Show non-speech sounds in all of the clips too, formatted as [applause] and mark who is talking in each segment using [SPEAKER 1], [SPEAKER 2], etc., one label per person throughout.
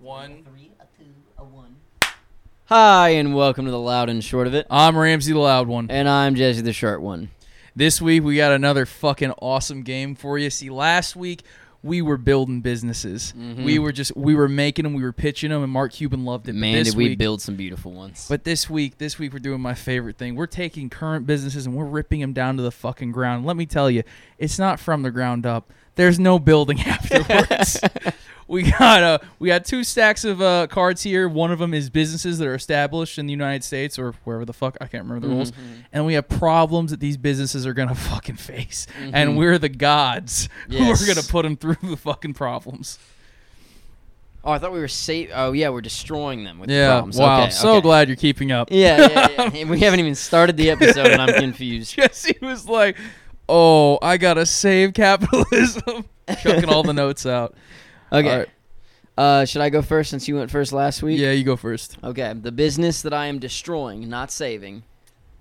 [SPEAKER 1] one.
[SPEAKER 2] three, a two, a one.
[SPEAKER 3] Hi, and welcome to the loud and short of it.
[SPEAKER 1] I'm Ramsey the Loud One.
[SPEAKER 3] And I'm Jesse the short one.
[SPEAKER 1] This week we got another fucking awesome game for you. See, last week we were building businesses.
[SPEAKER 3] Mm-hmm.
[SPEAKER 1] We were just we were making them, we were pitching them, and Mark Cuban loved it. But
[SPEAKER 3] Man,
[SPEAKER 1] this
[SPEAKER 3] did we
[SPEAKER 1] week-
[SPEAKER 3] build some beautiful ones.
[SPEAKER 1] But this week, this week we're doing my favorite thing. We're taking current businesses and we're ripping them down to the fucking ground. Let me tell you, it's not from the ground up. There's no
[SPEAKER 3] [laughs]
[SPEAKER 1] building [laughs] afterwards. we got uh, we got two stacks of uh, cards here. One of them is businesses that are established in the United States or wherever the fuck I can't remember
[SPEAKER 3] Mm-hmm.
[SPEAKER 1] the rules. And we have problems that these businesses are gonna [laughs] fucking face, and we're the gods
[SPEAKER 3] Mm-hmm.
[SPEAKER 1] [laughs]
[SPEAKER 3] Yes.
[SPEAKER 1] who are gonna put them through the fucking problems.
[SPEAKER 3] oh, I thought we were safe. Oh, yeah, we're destroying them with the
[SPEAKER 1] Yeah.
[SPEAKER 3] problems.
[SPEAKER 1] Wow.
[SPEAKER 3] Okay,
[SPEAKER 1] so
[SPEAKER 3] okay.
[SPEAKER 1] glad you're keeping up.
[SPEAKER 3] Yeah, yeah,
[SPEAKER 1] [laughs]
[SPEAKER 3] yeah. And we haven't even started the episode, and I'm confused.
[SPEAKER 1] Jesse was like, "Oh, I gotta save capitalism," [laughs] chucking all the notes
[SPEAKER 3] [laughs]
[SPEAKER 1] out.
[SPEAKER 3] Okay.
[SPEAKER 1] All right.
[SPEAKER 3] Uh, should I go first since you went first last week?
[SPEAKER 1] Yeah, you go first.
[SPEAKER 3] Okay. The business that I am destroying, not saving,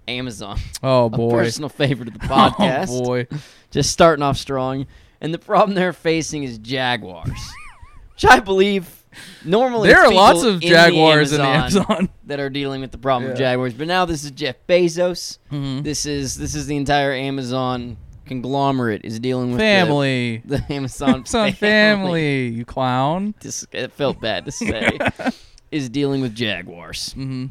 [SPEAKER 3] Amazon. [laughs]
[SPEAKER 1] Oh
[SPEAKER 3] A
[SPEAKER 1] boy.
[SPEAKER 3] personal favorite of the podcast.
[SPEAKER 1] [laughs]
[SPEAKER 3] [laughs]
[SPEAKER 1] Oh boy.
[SPEAKER 3] just starting off strong. And the problem they're facing is jaguars, [laughs] which I believe normally
[SPEAKER 1] There
[SPEAKER 3] it's
[SPEAKER 1] are lots
[SPEAKER 3] people
[SPEAKER 1] of
[SPEAKER 3] in
[SPEAKER 1] jaguars
[SPEAKER 3] the
[SPEAKER 1] in the
[SPEAKER 3] Amazon [laughs]
[SPEAKER 1] Amazon.
[SPEAKER 3] that are dealing with the problem of
[SPEAKER 1] Yeah. Mm-hmm.
[SPEAKER 3] jaguars. But now this is Jeff Bezos. This is this is the entire Amazon conglomerate is dealing with the-
[SPEAKER 1] Family.
[SPEAKER 3] [laughs] The, Amazon [laughs]
[SPEAKER 1] Son, family. You clown.
[SPEAKER 3] This, it felt bad to
[SPEAKER 1] [laughs]
[SPEAKER 3] say. is dealing with jaguars.
[SPEAKER 1] hmm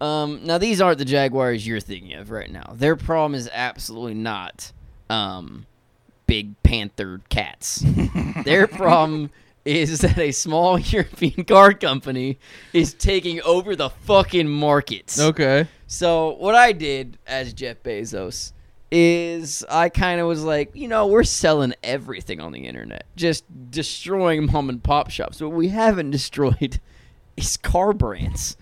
[SPEAKER 3] Um, now these aren't the Jaguars you're thinking of right now. Their problem is absolutely not um, big panther cats.
[SPEAKER 1] [laughs]
[SPEAKER 3] Their problem is that a small [laughs] European car company is taking over the fucking markets.
[SPEAKER 1] Okay.
[SPEAKER 3] So what I did as Jeff Bezos is I kind of was like, you know, we're selling everything on the internet, just destroying mom and pop shops. What we haven't [laughs] destroyed is car brands.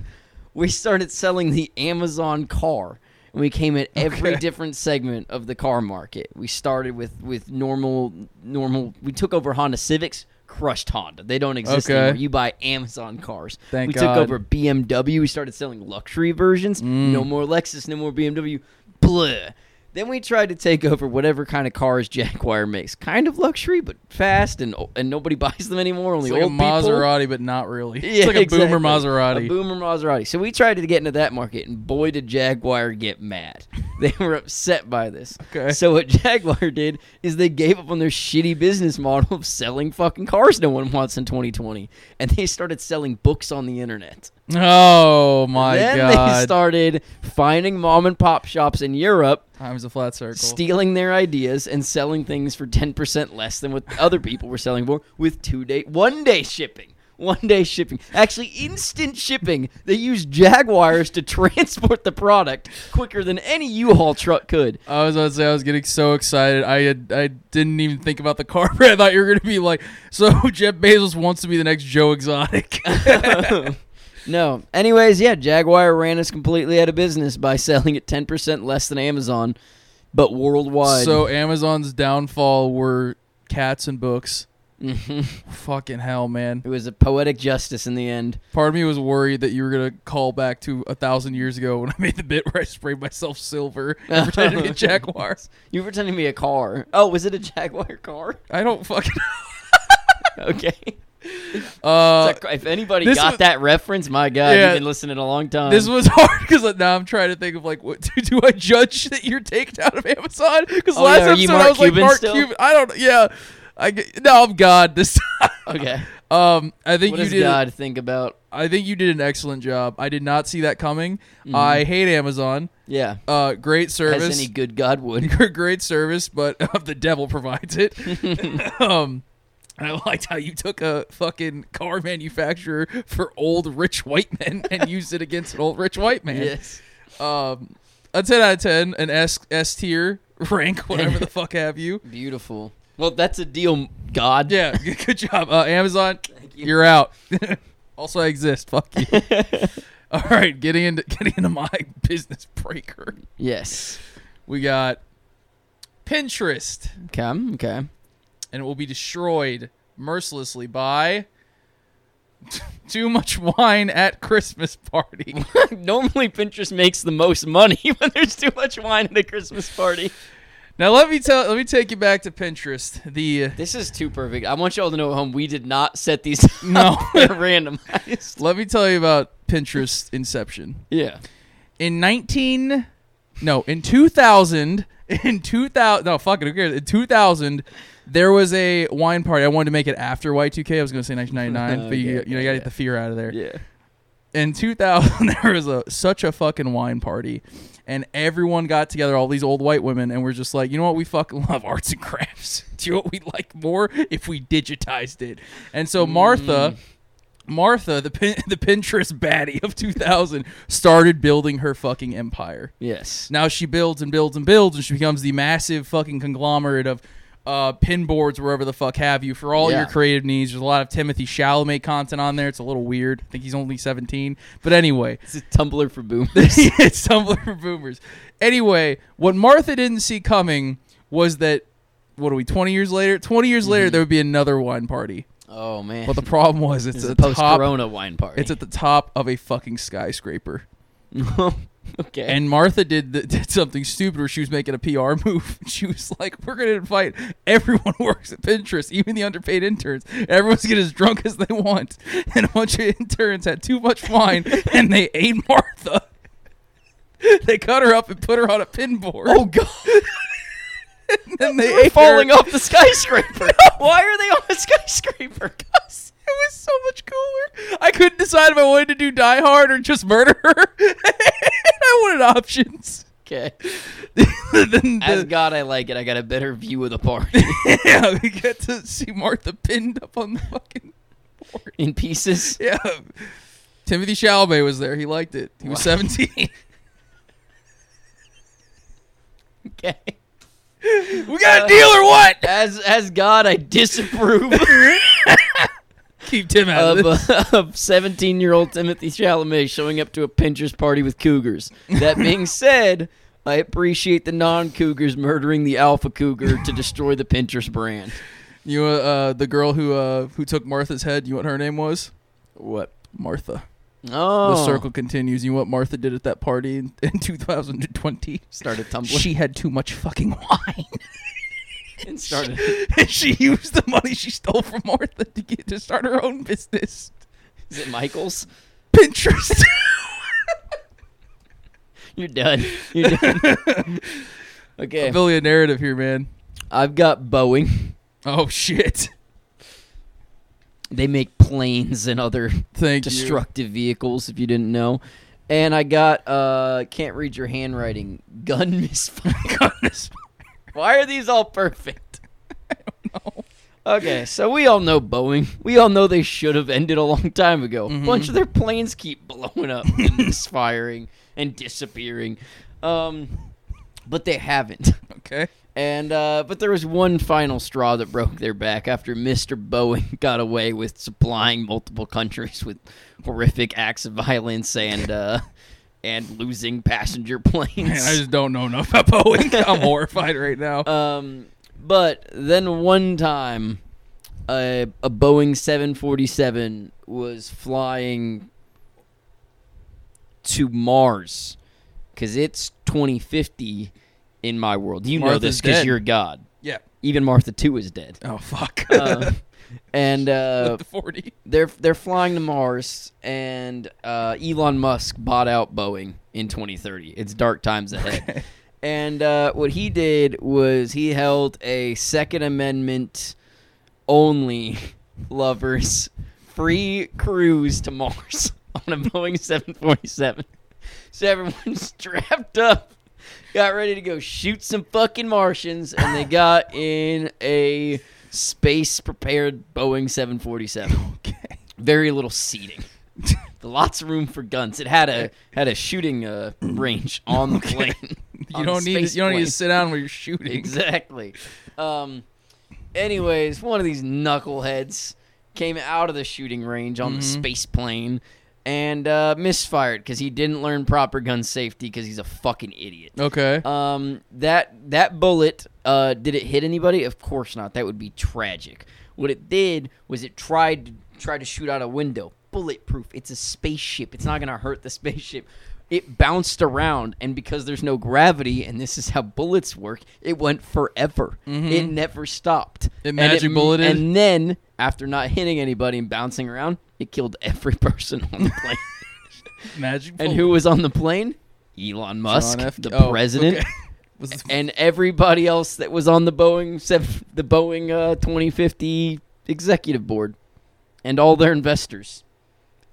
[SPEAKER 3] We started selling the Amazon car. And we came at every
[SPEAKER 1] [laughs] Okay.
[SPEAKER 3] different segment of the car market. We started with with normal normal we took over Honda Civics, crushed Honda. They don't exist
[SPEAKER 1] Okay.
[SPEAKER 3] anymore. You buy Amazon cars.
[SPEAKER 1] Thank
[SPEAKER 3] we
[SPEAKER 1] God.
[SPEAKER 3] took over BMW. We started selling luxury versions.
[SPEAKER 1] Mm.
[SPEAKER 3] No more Lexus, no more BMW. Blah. Then we tried to take over whatever kind of cars Jaguar makes. Kind of luxury, but fast, and and nobody [laughs] buys them anymore. Only
[SPEAKER 1] It's like a
[SPEAKER 3] old people. [laughs]
[SPEAKER 1] Maserati, but not really.
[SPEAKER 3] Yeah,
[SPEAKER 1] it's like a boomer
[SPEAKER 3] exactly.
[SPEAKER 1] Maserati.
[SPEAKER 3] A boomer Maserati. So we tried to get into that market, and boy, did Jaguar get mad.
[SPEAKER 1] [laughs]
[SPEAKER 3] They were upset by this.
[SPEAKER 1] Okay.
[SPEAKER 3] So what [laughs] Jaguar did is they gave up on their shitty business model of selling fucking cars no one wants in 2020, and they started selling books on the internet.
[SPEAKER 1] oh my
[SPEAKER 3] then
[SPEAKER 1] god.
[SPEAKER 3] they started finding mom and pop shops in Europe,
[SPEAKER 1] Time's a flat circle.
[SPEAKER 3] stealing their ideas and selling things for 10% less than what other people were selling for with two day one day shipping one day shipping actually instant shipping they used jaguars to [laughs] transport the product quicker than any u-haul truck could
[SPEAKER 1] I was about to say I was getting so excited. I had, I didn't even think about the car. [laughs] I thought you were gonna be like, so [laughs] Jeff Bezos wants to be the next
[SPEAKER 3] [laughs]
[SPEAKER 1] Joe Exotic. [laughs]
[SPEAKER 3] no anyways yeah jaguar ran us completely out of business by [laughs] selling it 10% less than amazon but worldwide [laughs]
[SPEAKER 1] So Amazon's downfall were cats and books. Fucking hell, man.
[SPEAKER 3] it was a poetic justice in the end
[SPEAKER 1] Part of me was worried that you were gonna call back to a thousand years ago when I made the bit where I sprayed myself silver and
[SPEAKER 3] [laughs]
[SPEAKER 1] pretended to be a jaguar.
[SPEAKER 3] you were pretending to be a car oh was it a jaguar car [laughs]
[SPEAKER 1] I don't fucking.
[SPEAKER 3] okay
[SPEAKER 1] Uh,
[SPEAKER 3] It's like, if anybody
[SPEAKER 1] this
[SPEAKER 3] got
[SPEAKER 1] was-
[SPEAKER 3] that reference, my God,
[SPEAKER 1] Yeah.
[SPEAKER 3] you've been listening a long time.
[SPEAKER 1] this was [laughs] hard because now I'm trying to think of like, what [laughs] do, do I judge [laughs] that you're taken out of Amazon? Because
[SPEAKER 3] Oh,
[SPEAKER 1] last
[SPEAKER 3] yeah, are you
[SPEAKER 1] episode
[SPEAKER 3] Mark
[SPEAKER 1] I was
[SPEAKER 3] Cuban
[SPEAKER 1] like Mark
[SPEAKER 3] still?
[SPEAKER 1] Cuban. I don't. Yeah, I get- no, I'm God this [laughs] time.
[SPEAKER 3] okay.
[SPEAKER 1] Um, I think
[SPEAKER 3] What
[SPEAKER 1] you
[SPEAKER 3] does
[SPEAKER 1] did.
[SPEAKER 3] God think about?
[SPEAKER 1] I think you did an excellent job. I did not see that coming. I hate Amazon.
[SPEAKER 3] Yeah,
[SPEAKER 1] Uh, great service.
[SPEAKER 3] as Mm-hmm. any good God would.
[SPEAKER 1] [laughs]
[SPEAKER 3] [laughs]
[SPEAKER 1] great service, but [laughs] uh, the devil provides it. [laughs] um, I liked how you took a fucking car manufacturer for old rich white men and used it against an old rich white man.
[SPEAKER 3] Yes.
[SPEAKER 1] Um, a ten out of ten, an S S tier [laughs] rank, whatever the fuck have you.
[SPEAKER 3] Beautiful. Well, that's a deal, God.
[SPEAKER 1] Yeah, [laughs] g- good job, uh, Amazon.
[SPEAKER 3] you.
[SPEAKER 1] You. are out. [laughs] also, I exist. Fuck you. [laughs] All right, getting into [laughs] getting into my business breaker.
[SPEAKER 3] [laughs] Yes.
[SPEAKER 1] We got Pinterest.
[SPEAKER 3] Okay. Okay. [laughs]
[SPEAKER 1] and it will be destroyed mercilessly by [laughs] too much wine at Christmas party.
[SPEAKER 3] [laughs] Normally, Pinterest makes the most money when there's too much wine at a Christmas party.
[SPEAKER 1] Now let me tell. Let me take you back to Pinterest. The uh,
[SPEAKER 3] This is too perfect. I want y'all to know at home we did not set these. [laughs] up.
[SPEAKER 1] No.
[SPEAKER 3] They're
[SPEAKER 1] [laughs]
[SPEAKER 3] randomized.
[SPEAKER 1] let me tell you about Pinterest inception
[SPEAKER 3] Yeah.
[SPEAKER 1] in nineteen. No, in two thousand. In two thousand. No, fuck it. Who cares? In two thousand, there was a wine party. I wanted to make it after Y two K. I was going to say nineteen
[SPEAKER 3] [laughs]
[SPEAKER 1] ninety nine, but you,
[SPEAKER 3] Okay,
[SPEAKER 1] you know you got to
[SPEAKER 3] Oh, yeah.
[SPEAKER 1] get the fear out of there.
[SPEAKER 3] Yeah.
[SPEAKER 1] in 2000 [laughs] there was a such a fucking wine party and everyone got together all these old white women and we're just like you know what we fucking love [laughs] arts and crafts do you know what we'd like more if we digitized it and so martha martha the, pin, [laughs] the pinterest baddie of 2000 started building her fucking empire
[SPEAKER 3] Yes.
[SPEAKER 1] now she builds and builds and builds, and she becomes the massive fucking conglomerate of uh, pin boards, wherever the fuck have you, for all
[SPEAKER 3] Yeah.
[SPEAKER 1] your creative needs. There's a lot of Timothy Chalamet content on there. It's a little weird. I think he's only 17. But anyway, [laughs]
[SPEAKER 3] It's a tumbler for boomers.
[SPEAKER 1] it's Tumblr for boomers. Anyway, what Martha didn't see coming was that, what are we, 20 years later? 20 years
[SPEAKER 3] Mm-hmm.
[SPEAKER 1] later, there would be another wine party.
[SPEAKER 3] oh man. [laughs]
[SPEAKER 1] But the problem was, it's,
[SPEAKER 3] it's a
[SPEAKER 1] at the top.
[SPEAKER 3] post-corona wine party.
[SPEAKER 1] It's at the top of a fucking skyscraper.
[SPEAKER 3] [laughs] okay.
[SPEAKER 1] And Martha did, the, [laughs] did something stupid where she was making a PR [laughs] move. She was like, "We're gonna invite everyone who works at Pinterest, even the underpaid interns. Everyone's get as drunk as they want." [laughs] And a bunch of interns had too much
[SPEAKER 3] [laughs]
[SPEAKER 1] wine and they ate Martha. [laughs] They cut her up and put her on a pinboard.
[SPEAKER 3] oh god.
[SPEAKER 1] [laughs]
[SPEAKER 3] [laughs]
[SPEAKER 1] and then they
[SPEAKER 3] We're
[SPEAKER 1] ate
[SPEAKER 3] falling
[SPEAKER 1] her.
[SPEAKER 3] off the [laughs] skyscraper. Why are they on a skyscraper? [laughs] Cause
[SPEAKER 1] It was so much cooler. I couldn't decide if I wanted to do Die Hard or just murder her. [laughs] I wanted options. [laughs]
[SPEAKER 3] okay.
[SPEAKER 1] Then
[SPEAKER 3] As
[SPEAKER 1] the-
[SPEAKER 3] God, I like it. I got a better view of the [laughs] party
[SPEAKER 1] yeah, we get to see Martha pinned up on the fucking board.
[SPEAKER 3] in pieces.
[SPEAKER 1] Yeah. Timothy Chalamet was there. He liked it. He was
[SPEAKER 3] Wow. [laughs]
[SPEAKER 1] 17.
[SPEAKER 3] [laughs] Okay.
[SPEAKER 1] we got a deal or what?
[SPEAKER 3] As as God, I disapprove [laughs]
[SPEAKER 1] Keep Tim out
[SPEAKER 3] of
[SPEAKER 1] of this.
[SPEAKER 3] uh, of seventeen year old Timothy Chalamet showing up to a Pinterest party with cougars. That [laughs] being said. I appreciate the non-cougars murdering the alpha cougar to destroy the Pinterest brand.
[SPEAKER 1] You uh, uh, the girl who uh, who took Martha's head, you know what her name was?
[SPEAKER 3] What?
[SPEAKER 1] Martha.
[SPEAKER 3] Oh,
[SPEAKER 1] The circle continues. You know what Martha did at that party in, in 2020?
[SPEAKER 3] started tumbling
[SPEAKER 1] She had too much fucking wine.
[SPEAKER 3] [laughs] and started
[SPEAKER 1] [laughs] and she used the money she stole from Martha to get to start her own business.
[SPEAKER 3] Is it Michaels? [laughs]
[SPEAKER 1] Pinterest. [laughs]
[SPEAKER 3] You're done. You're done. okay.
[SPEAKER 1] Billy a narrative here, man.
[SPEAKER 3] I've got Boeing.
[SPEAKER 1] Oh shit.
[SPEAKER 3] They make planes and other
[SPEAKER 1] Thank you. [laughs]
[SPEAKER 3] destructive vehicles, if you didn't know. And I got uh can't read your handwriting. Gun [laughs] misfire.
[SPEAKER 1] Goodness.
[SPEAKER 3] Why are these all perfect? Okay, so we all know Boeing. We all know they should have ended a long time ago. A bunch of their planes keep blowing up and misfiring and disappearing. Um but they haven't.
[SPEAKER 1] Okay.
[SPEAKER 3] And uh, but there was one final straw that broke their back after Mr. Boeing [laughs] got away with supplying multiple countries with horrific acts of violence and uh, and losing passenger [laughs] planes.
[SPEAKER 1] Man, I just don't know enough about Boeing.
[SPEAKER 3] [laughs]
[SPEAKER 1] I'm horrified right now.
[SPEAKER 3] um, but then one time, a, a Boeing 747 was flying to Mars because it's 2050 in my world. You know
[SPEAKER 1] Martha's
[SPEAKER 3] this because
[SPEAKER 1] dead.
[SPEAKER 3] you're God.
[SPEAKER 1] yeah.
[SPEAKER 3] Even Martha too is dead.
[SPEAKER 1] Oh [laughs] fuck.
[SPEAKER 3] Uh, and uh,
[SPEAKER 1] With the 40.
[SPEAKER 3] they're they're flying to Mars, and uh, Elon Musk bought out Boeing in 2030. It's dark times ahead. [laughs] And uh, what he did was he held a Second Amendment only [laughs] lovers free cruise to Mars [laughs] on a Boeing 747. So everyone's [laughs] strapped up, got ready to go shoot some fucking Martians, and they got in a space prepared Boeing 747
[SPEAKER 1] [laughs] Okay.
[SPEAKER 3] very little seating. Lots of room for guns. It had a had a shooting uh, range on the plane.
[SPEAKER 1] [laughs] You
[SPEAKER 3] On
[SPEAKER 1] don't
[SPEAKER 3] the
[SPEAKER 1] need
[SPEAKER 3] space
[SPEAKER 1] you don't need
[SPEAKER 3] plane.
[SPEAKER 1] to sit down when you're shooting.
[SPEAKER 3] exactly. Um, anyways, one of these knuckleheads came out of the shooting range on the
[SPEAKER 1] Mm-hmm.
[SPEAKER 3] space plane and uh, misfired because he didn't learn proper gun safety because he's a fucking idiot.
[SPEAKER 1] Okay.
[SPEAKER 3] Um, that that bullet, uh, did it hit anybody? Of course not. That would be tragic. What it did was it tried to try to shoot out a window. Bulletproof. It's a spaceship. It's not gonna hurt the spaceship. It bounced around, and because there's no gravity, and this is how bullets work, it went forever. It never stopped.
[SPEAKER 1] Mm-hmm. It
[SPEAKER 3] And
[SPEAKER 1] magic bulleted?
[SPEAKER 3] And then, after not hitting anybody and bouncing around, it killed every [laughs] person on the
[SPEAKER 1] [laughs]
[SPEAKER 3] plane.
[SPEAKER 1] Magic.
[SPEAKER 3] and
[SPEAKER 1] bullet.
[SPEAKER 3] who was on the plane? Elon Musk,
[SPEAKER 1] John F.
[SPEAKER 3] the
[SPEAKER 1] oh,
[SPEAKER 3] president,
[SPEAKER 1] okay. [laughs] Was the-
[SPEAKER 3] [laughs] and everybody else that was on the Boeing sev- the Boeing uh, 2050 executive board, and all their investors,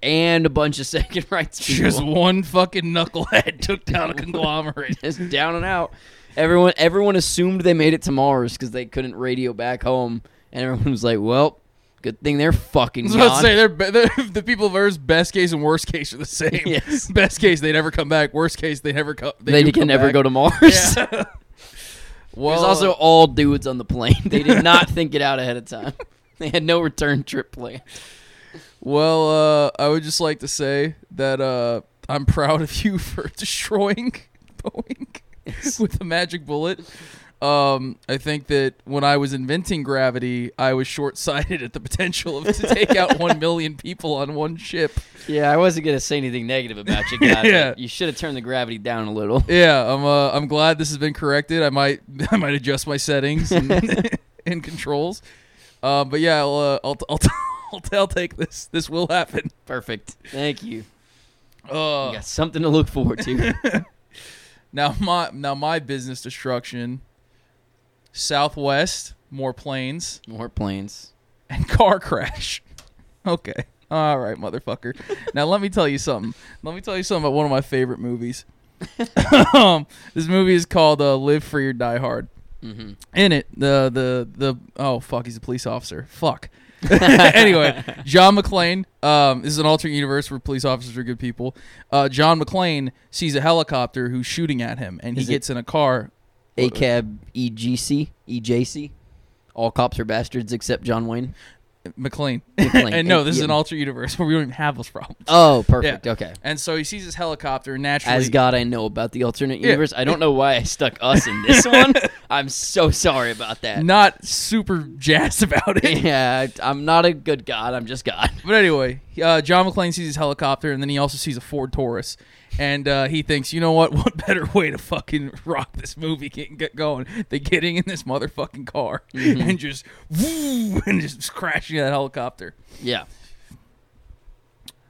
[SPEAKER 3] and a bunch of [laughs] second rights people.
[SPEAKER 1] just one fucking knucklehead [laughs] took down a
[SPEAKER 3] [laughs]
[SPEAKER 1] conglomerate.
[SPEAKER 3] just down and out. Everyone, everyone assumed they made it to Mars because they couldn't radio back home, and everyone was like, "Well, good thing they're fucking
[SPEAKER 1] [laughs] I was about to
[SPEAKER 3] gone."
[SPEAKER 1] say they're, be- they're [laughs] the people of Earth's best case and worst case are the same.
[SPEAKER 3] [laughs] Yes.
[SPEAKER 1] Best case they never come back. Worst case they never co-
[SPEAKER 3] they
[SPEAKER 1] do
[SPEAKER 3] can
[SPEAKER 1] come
[SPEAKER 3] never
[SPEAKER 1] back.
[SPEAKER 3] go
[SPEAKER 1] [laughs]
[SPEAKER 3] to Mars. [laughs]
[SPEAKER 1] Yeah.
[SPEAKER 3] It
[SPEAKER 1] well, uh,
[SPEAKER 3] was also all dudes on the plane. [laughs] They did
[SPEAKER 1] [laughs]
[SPEAKER 3] not think it out ahead of time. [laughs] They had no return trip plan.
[SPEAKER 1] well, uh, I would just like to say that uh, I'm proud of you [laughs] for destroying [laughs] Boeing [laughs] with a magic bullet. Um, I think that when I was inventing gravity, I was short-sighted at the potential of to take
[SPEAKER 3] [laughs]
[SPEAKER 1] out one million people on one ship.
[SPEAKER 3] Yeah, I wasn't gonna say anything negative about
[SPEAKER 1] [laughs]
[SPEAKER 3] you guys.
[SPEAKER 1] Yeah.
[SPEAKER 3] You should have turned the gravity down a little. [laughs]
[SPEAKER 1] Yeah, I'm. Uh, I'm glad this has been corrected. I might. [laughs] I might adjust my settings and, [laughs] and controls. Uh, but yeah, I'll. Uh, I'll. I'll, [laughs] I'll, I'll take this. This will happen.
[SPEAKER 3] Perfect. Thank you. You
[SPEAKER 1] Uh,
[SPEAKER 3] got something to look forward
[SPEAKER 1] [laughs]
[SPEAKER 3] to.
[SPEAKER 1] Now my. Now my business destruction. Southwest, more planes
[SPEAKER 3] More planes.
[SPEAKER 1] and [laughs] car crash. Okay. All right, motherfucker. now let me tell you something. Let me tell you something about one of my favorite movies. um, this movie is called uh, "Live Free or Die Hard."
[SPEAKER 3] hmm
[SPEAKER 1] in it the the the oh fuck he's a police officer fuck [laughs] anyway john mcclane um, this is an alternate universe where police officers are good people uh, john mcclane sees a helicopter who's shooting at him and he
[SPEAKER 3] Is it-
[SPEAKER 1] gets in a car
[SPEAKER 3] ACAB E EGC EJC. All cops are bastards except John [laughs] Wayne.
[SPEAKER 1] mcclane,
[SPEAKER 3] [laughs] McClane.
[SPEAKER 1] and no this is
[SPEAKER 3] Yeah.
[SPEAKER 1] an alternate universe where we don't even have those problems
[SPEAKER 3] Oh, perfect. Okay.
[SPEAKER 1] and so he sees his helicopter and naturally
[SPEAKER 3] As God I know about the alternate
[SPEAKER 1] Yeah.
[SPEAKER 3] universe. I don't know why I stuck us in
[SPEAKER 1] [laughs]
[SPEAKER 3] this one. I'm so sorry about that.
[SPEAKER 1] not super jazzed about it
[SPEAKER 3] [laughs] yeah, I- I'm not a good god. I'm just God. [laughs]
[SPEAKER 1] But anyway, uh, John McClane sees his helicopter, and then he also sees a Ford Taurus, and uh, he thinks, you know what? [laughs] What better way to fucking rock this movie get, get going than getting in this motherfucking car and just woo, [laughs] and just crashing that helicopter.
[SPEAKER 3] Yeah.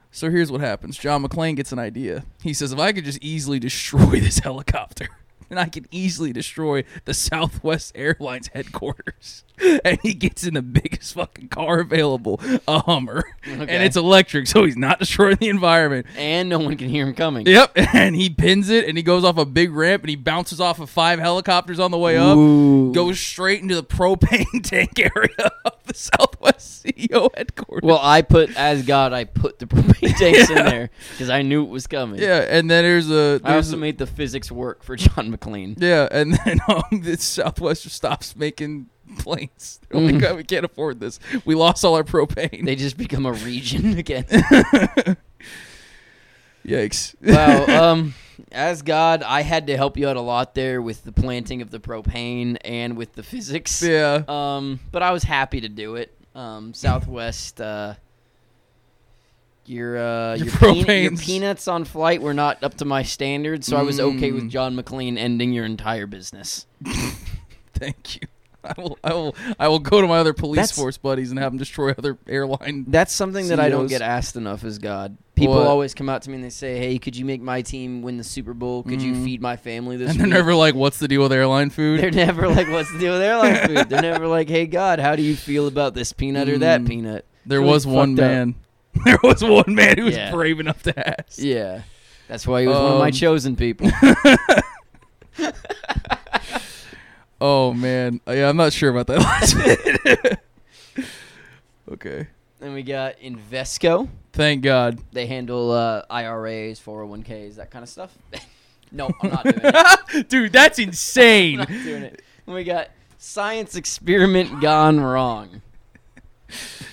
[SPEAKER 1] So here's what happens: John McClane gets an idea. He says, if I could just easily destroy [laughs] this helicopter. And I could easily destroy the Southwest Airlines headquarters. [laughs] And he gets in the biggest fucking car available, a Hummer. And
[SPEAKER 3] Okay.
[SPEAKER 1] it's electric, so he's not [laughs] destroying the environment.
[SPEAKER 3] And no one can hear him coming.
[SPEAKER 1] Yep, [laughs] and he pins it, and he goes off a big ramp, and he bounces off of five helicopters on the way up.
[SPEAKER 3] Ooh.
[SPEAKER 1] Goes straight into the propane [laughs] tank area of the Southwest [laughs] CEO [laughs] headquarters.
[SPEAKER 3] Well, I put as God, I put the [laughs] propane tanks in there because I knew it was coming.
[SPEAKER 1] yeah, and then there's a
[SPEAKER 3] I
[SPEAKER 1] there's
[SPEAKER 3] also
[SPEAKER 1] a-
[SPEAKER 3] made the physics work for John McLean.
[SPEAKER 1] yeah, and [laughs] then um, the Southwest just stops making planes. [laughs] They're like, "Oh, we can't afford this. We lost all our propane.
[SPEAKER 3] Mm. They just become a
[SPEAKER 1] [laughs]
[SPEAKER 3] region again.
[SPEAKER 1] Yikes.
[SPEAKER 3] wow. Um, as God, I had to help you out a lot there with the planting of the propane and with the physics.
[SPEAKER 1] yeah.
[SPEAKER 3] Um, but I was happy to do it. Um, Southwest. Uh, your uh,
[SPEAKER 1] Your
[SPEAKER 3] your, peanut, your
[SPEAKER 1] propanes.
[SPEAKER 3] peanuts on flight were not up to my standards, so I was okay
[SPEAKER 1] Mm.
[SPEAKER 3] with John McLean ending your entire business.
[SPEAKER 1] Thank you. [laughs] I will. I will. I will go to my other police
[SPEAKER 3] That's-
[SPEAKER 1] force buddies and have them destroy other airline.
[SPEAKER 3] That's something that I don't
[SPEAKER 1] CEOs.
[SPEAKER 3] get asked enough is God. People
[SPEAKER 1] E What?
[SPEAKER 3] always come out to me and they say, "Hey, could you make my team win the Super Bowl? Could you feed my family this
[SPEAKER 1] Mm-hmm. And they're
[SPEAKER 3] week?"
[SPEAKER 1] never like, "What's the deal with airline
[SPEAKER 3] [laughs]
[SPEAKER 1] food?"
[SPEAKER 3] They're never like, "What's the deal with airline food?" They're never like, "Hey, God, how do you feel about this peanut or that
[SPEAKER 1] Mm.
[SPEAKER 3] peanut?"
[SPEAKER 1] There
[SPEAKER 3] Really
[SPEAKER 1] was one
[SPEAKER 3] fucked up.
[SPEAKER 1] man. [laughs] There was one man who was
[SPEAKER 3] Yeah.
[SPEAKER 1] brave enough to ask.
[SPEAKER 3] Yeah, that's why he was one of my
[SPEAKER 1] Um,
[SPEAKER 3] chosen
[SPEAKER 1] [laughs]
[SPEAKER 3] people.
[SPEAKER 1] Oh man, yeah, I'm not sure about that [laughs] last bit. [laughs] okay,
[SPEAKER 3] Then we got Invesco.
[SPEAKER 1] thank God.
[SPEAKER 3] They handle uh, IRAs, 401ks, that kind of stuff. [laughs] no, I'm not
[SPEAKER 1] [laughs]
[SPEAKER 3] doing it.
[SPEAKER 1] Dude, that's insane.
[SPEAKER 3] I'm not doing it. And we got science experiment gone wrong. [laughs]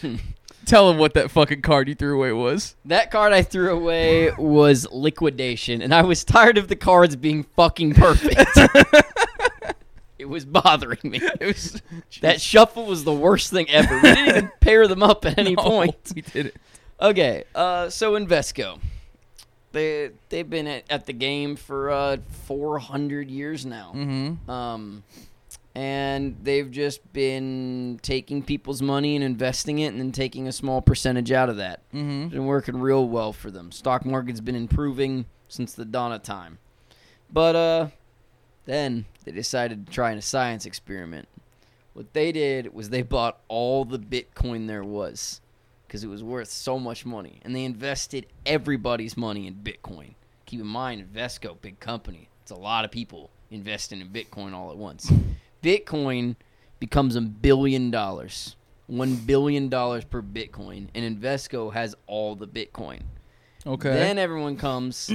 [SPEAKER 1] [laughs] Tell him what that fucking card you threw away was.
[SPEAKER 3] That card I threw away was liquidation, and I was tired of the cards being fucking perfect. it was bothering me.
[SPEAKER 1] [laughs] It was
[SPEAKER 3] [laughs] That shuffle was the worst thing ever. We didn't even pair them up at any
[SPEAKER 1] [laughs] No,
[SPEAKER 3] point.
[SPEAKER 1] We did it.
[SPEAKER 3] Okay, uh, so Invesco. They they've been at, at the game for uh, 400 years now.
[SPEAKER 1] Mm-hmm.
[SPEAKER 3] Um, and they've just been taking people's money and investing it, and then taking a small percentage out of that.
[SPEAKER 1] Mm-hmm.
[SPEAKER 3] Been working real well for them. Stock market's been improving since the dawn of time. But uh, then they decided to try a science experiment. What they did was they bought all the Bitcoin there was because it was worth so much money, and they invested everybody's money in Bitcoin. Keep in mind, Invesco, big company. It's a lot of people investing in Bitcoin all at once. Bitcoin becomes a billion dollars. One billion dollars per Bitcoin, and Invesco has all the Bitcoin.
[SPEAKER 1] Okay.
[SPEAKER 3] Then everyone
[SPEAKER 1] [clears throat]
[SPEAKER 3] comes.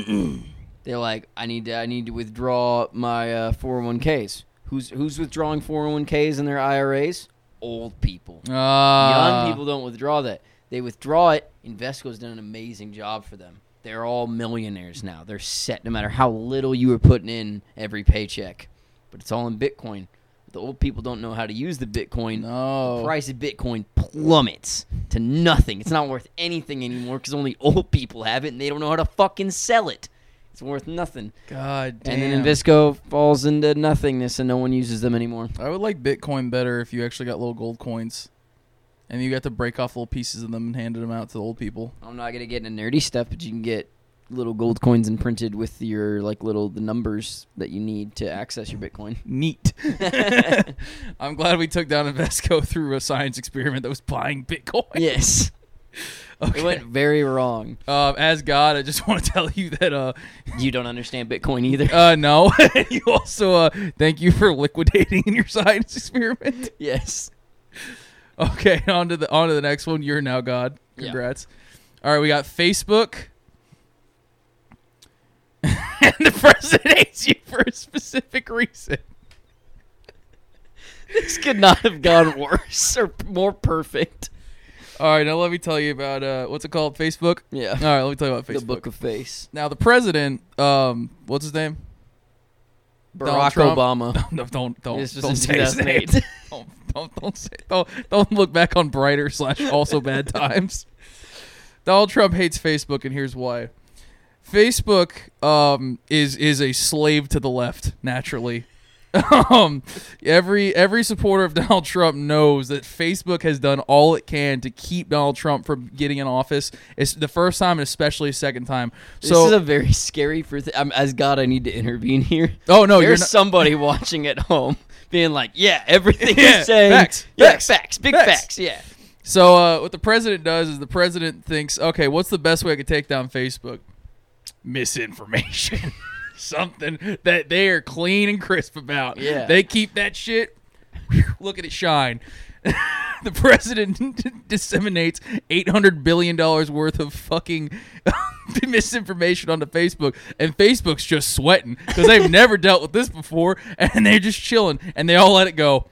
[SPEAKER 3] they're like, I need to, I need to withdraw my uh, 401ks. Who's who's withdrawing 401ks in their IRAs? Old people.
[SPEAKER 1] Ah.
[SPEAKER 3] Young people don't withdraw that. They withdraw it. Invesco's done an amazing job for them. They're all millionaires now. They're set no matter how little you were putting in every paycheck. But it's all in Bitcoin. The old people don't know how to use the Bitcoin. The
[SPEAKER 1] No.
[SPEAKER 3] price of Bitcoin plummets to nothing. It's not worth anything anymore because only [laughs] old people have it and they don't know how to fucking sell it. It's worth nothing.
[SPEAKER 1] God damn.
[SPEAKER 3] And then Invesco falls into nothingness and no one uses them anymore.
[SPEAKER 1] I would like Bitcoin better if you actually got little gold coins, and you got to break off little pieces of them and handed them out to the old people.
[SPEAKER 3] I'm not gonna get into nerdy stuff, but you can get little gold coins imprinted with your like little the numbers that you need to access your Bitcoin.
[SPEAKER 1] Neat. [laughs] I'm glad we took down Invesco [laughs] through a science experiment that was buying Bitcoin.
[SPEAKER 3] [laughs] yes,
[SPEAKER 1] [laughs] Okay.
[SPEAKER 3] it [laughs] went very wrong.
[SPEAKER 1] Um, as God, I just [laughs] want to tell you that uh,
[SPEAKER 3] You don't understand Bitcoin either. [laughs]
[SPEAKER 1] uh no. [laughs] you also uh, thank you for liquidating [laughs] your science experiment.
[SPEAKER 3] yes.
[SPEAKER 1] Okay, [laughs] on to the on to the next one. You're now God.
[SPEAKER 3] Yeah.
[SPEAKER 1] Congrats. All right, we got Facebook. [laughs] and the president hates you for a specific reason.
[SPEAKER 3] This could not have gone [laughs] worse or more perfect.
[SPEAKER 1] All right, now let me tell you about uh, what's it called? Facebook.
[SPEAKER 3] Yeah.
[SPEAKER 1] All right, let me tell you about Facebook.
[SPEAKER 3] The book of face.
[SPEAKER 1] now the president, um, what's his name? [laughs] Donald
[SPEAKER 3] Barack
[SPEAKER 1] Trump.
[SPEAKER 3] Obama.
[SPEAKER 1] No, don't don't
[SPEAKER 3] This was
[SPEAKER 1] don't
[SPEAKER 3] in
[SPEAKER 1] say his name. [laughs]
[SPEAKER 3] 2008.
[SPEAKER 1] don't, don't don't say don't don't look back on brighter slash also bad
[SPEAKER 3] [laughs]
[SPEAKER 1] times. Donald Trump hates Facebook, and here's why. Facebook um, is is a slave to the left naturally. [laughs] um, every every supporter of [laughs] Donald Trump knows that Facebook has done all it can to keep Donald Trump from getting in office. It's the first time and especially a second time.
[SPEAKER 3] This
[SPEAKER 1] so
[SPEAKER 3] is a very scary. For th- I'm, as God, I need to intervene here.
[SPEAKER 1] oh no, you're
[SPEAKER 3] There's
[SPEAKER 1] not,
[SPEAKER 3] somebody watching at home [laughs] being like, "Yeah, everything
[SPEAKER 1] Yeah,
[SPEAKER 3] you're saying,
[SPEAKER 1] facts,
[SPEAKER 3] yeah,
[SPEAKER 1] facts,
[SPEAKER 3] facts, big
[SPEAKER 1] facts."
[SPEAKER 3] facts, yeah."
[SPEAKER 1] So uh, what the president does is the president thinks, okay, what's the best way I could take down Facebook? Misinformation, [laughs] something that they are clean and crisp about.
[SPEAKER 3] Yeah.
[SPEAKER 1] they keep that shit. whew, Look at it shine. [laughs] the president [laughs] disseminates eight hundred billion dollars worth of fucking [laughs] misinformation onto Facebook, and Facebook's just sweating because they've [laughs] never dealt with this before, and they're just chilling, and they all let it go.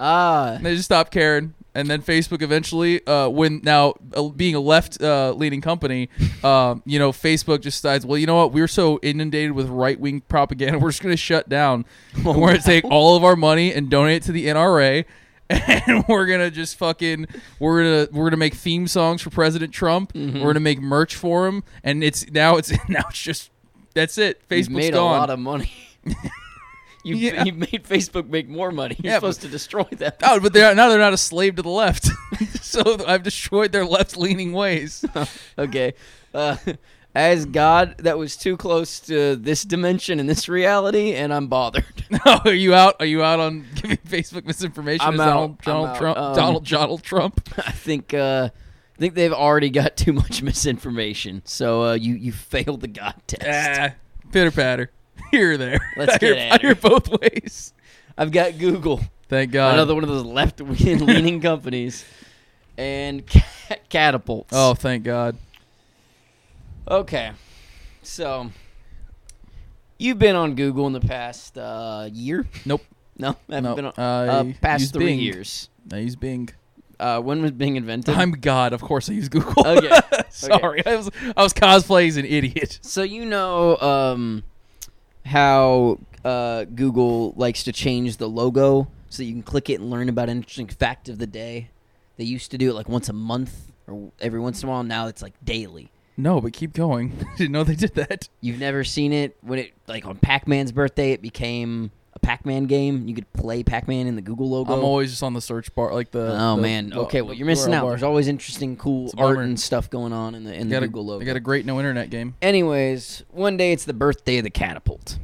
[SPEAKER 3] Ah,
[SPEAKER 1] And they just stopped caring. And then Facebook eventually, uh, when now uh, being a left uh, leaning company, [laughs] um, you know, Facebook just decides, well, you know what? We're so inundated with right wing propaganda, [laughs] we're just going to
[SPEAKER 3] [laughs]
[SPEAKER 1] shut down. And
[SPEAKER 3] Oh,
[SPEAKER 1] we're going to take all of our money and donate it to the NRA. [laughs] And we're gonna just fucking we're gonna we're gonna make theme songs for President Trump.
[SPEAKER 3] Mm-hmm.
[SPEAKER 1] We're gonna make merch for him, and it's now it's [laughs] now it's just that's it. Facebook's
[SPEAKER 3] you've made
[SPEAKER 1] gone.
[SPEAKER 3] a lot of
[SPEAKER 1] [laughs]
[SPEAKER 3] money. you
[SPEAKER 1] Yeah.
[SPEAKER 3] you made Facebook make more money. You're
[SPEAKER 1] Yeah, but-
[SPEAKER 3] supposed to destroy them.
[SPEAKER 1] [laughs]
[SPEAKER 3] [laughs]
[SPEAKER 1] Oh, but they're now they're not a slave to the left. [laughs] so I've destroyed their left leaning ways.
[SPEAKER 3] okay. Uh, as God, that was too close to this dimension and this reality, and I'm bothered.
[SPEAKER 1] [laughs] Oh, are you out? Are you out on [laughs] giving Facebook misinformation?
[SPEAKER 3] I'm
[SPEAKER 1] Is
[SPEAKER 3] out.
[SPEAKER 1] Donald,
[SPEAKER 3] I'm
[SPEAKER 1] Donald
[SPEAKER 3] out.
[SPEAKER 1] Trump.
[SPEAKER 3] Um,
[SPEAKER 1] Donald Donald [laughs] Trump.
[SPEAKER 3] [laughs] I think uh, I think they've already got [laughs] too much misinformation. So uh, you you failed the God test.
[SPEAKER 1] Ah, pitter patter. [laughs] Here or there.
[SPEAKER 3] Let's
[SPEAKER 1] I
[SPEAKER 3] get
[SPEAKER 1] hear,
[SPEAKER 3] at
[SPEAKER 1] I hear
[SPEAKER 3] her.
[SPEAKER 1] both ways.
[SPEAKER 3] I've got Google,
[SPEAKER 1] Thank God.
[SPEAKER 3] another one of those left [laughs] leaning companies, and [laughs] ca- catapults.
[SPEAKER 1] oh, thank God.
[SPEAKER 3] okay. So you've been on Google in the past uh, year?
[SPEAKER 1] Nope.
[SPEAKER 3] No, [laughs] I haven't
[SPEAKER 1] Nope.
[SPEAKER 3] been on
[SPEAKER 1] I
[SPEAKER 3] uh, past
[SPEAKER 1] use
[SPEAKER 3] three
[SPEAKER 1] Bing.
[SPEAKER 3] years.
[SPEAKER 1] I use Bing.
[SPEAKER 3] Uh, when was Bing invented?
[SPEAKER 1] I'm God. Of course, I use Google. [laughs]
[SPEAKER 3] Okay.
[SPEAKER 1] Sorry, I was I was cosplaying as an idiot.
[SPEAKER 3] So you know um, how uh, Google likes to change the logo so you can click it and learn about an interesting fact of the day. They used to do it like once a month or every once in a while. Now it's like daily.
[SPEAKER 1] No, but keep going. [laughs] I didn't know they did that.
[SPEAKER 3] You've never seen it when it like on Pac-Man's birthday, it became a Pac-Man game. You could play Pac-Man in the Google logo.
[SPEAKER 1] I'm always just on the search bar, like the.
[SPEAKER 3] oh
[SPEAKER 1] the-
[SPEAKER 3] man,
[SPEAKER 1] the-
[SPEAKER 3] okay, well
[SPEAKER 1] the
[SPEAKER 3] you're missing
[SPEAKER 1] URL
[SPEAKER 3] out.
[SPEAKER 1] bar.
[SPEAKER 3] There's always interesting, cool
[SPEAKER 1] It's a
[SPEAKER 3] art
[SPEAKER 1] bummer.
[SPEAKER 3] and stuff going on in the in
[SPEAKER 1] They
[SPEAKER 3] the
[SPEAKER 1] got, a,
[SPEAKER 3] Google logo.
[SPEAKER 1] they got a great no internet game. [laughs]
[SPEAKER 3] Anyways, one day it's the birthday of the catapult.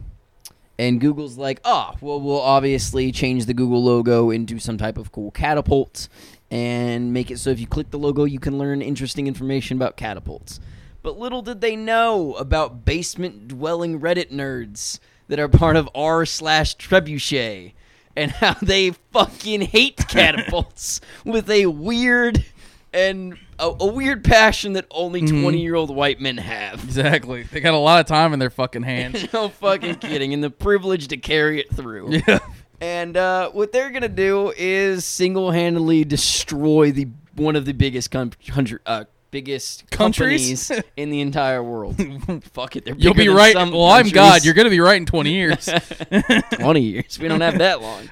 [SPEAKER 3] And Google's like, oh, well, we'll obviously change the Google logo into some type of cool catapult and make it so if you click the logo, you can learn interesting information about catapults. But little did they know about basement dwelling Reddit nerds that are part of r slash trebuchet and [laughs] how they fucking hate catapults with a weird and a, a weird passion that only 20
[SPEAKER 1] Mhm.
[SPEAKER 3] year old white men have.
[SPEAKER 1] Exactly. They got a lot of time in their
[SPEAKER 3] [laughs]
[SPEAKER 1] fucking hands.
[SPEAKER 3] no fucking kidding. And the privilege to carry it through.
[SPEAKER 1] [laughs] yeah.
[SPEAKER 3] And uh, what they're gonna do is single-handedly destroy the one of the biggest com- country, uh, biggest
[SPEAKER 1] Countries?
[SPEAKER 3] companies in the entire
[SPEAKER 1] [laughs]
[SPEAKER 3] world. Fuck it, they're
[SPEAKER 1] You'll
[SPEAKER 3] bigger
[SPEAKER 1] be
[SPEAKER 3] than
[SPEAKER 1] right.
[SPEAKER 3] Some
[SPEAKER 1] Well, I'm God.
[SPEAKER 3] countries.
[SPEAKER 1] You're going to be right in
[SPEAKER 3] [laughs]
[SPEAKER 1] 20 years. [laughs]
[SPEAKER 3] 20 years. We don't have that long.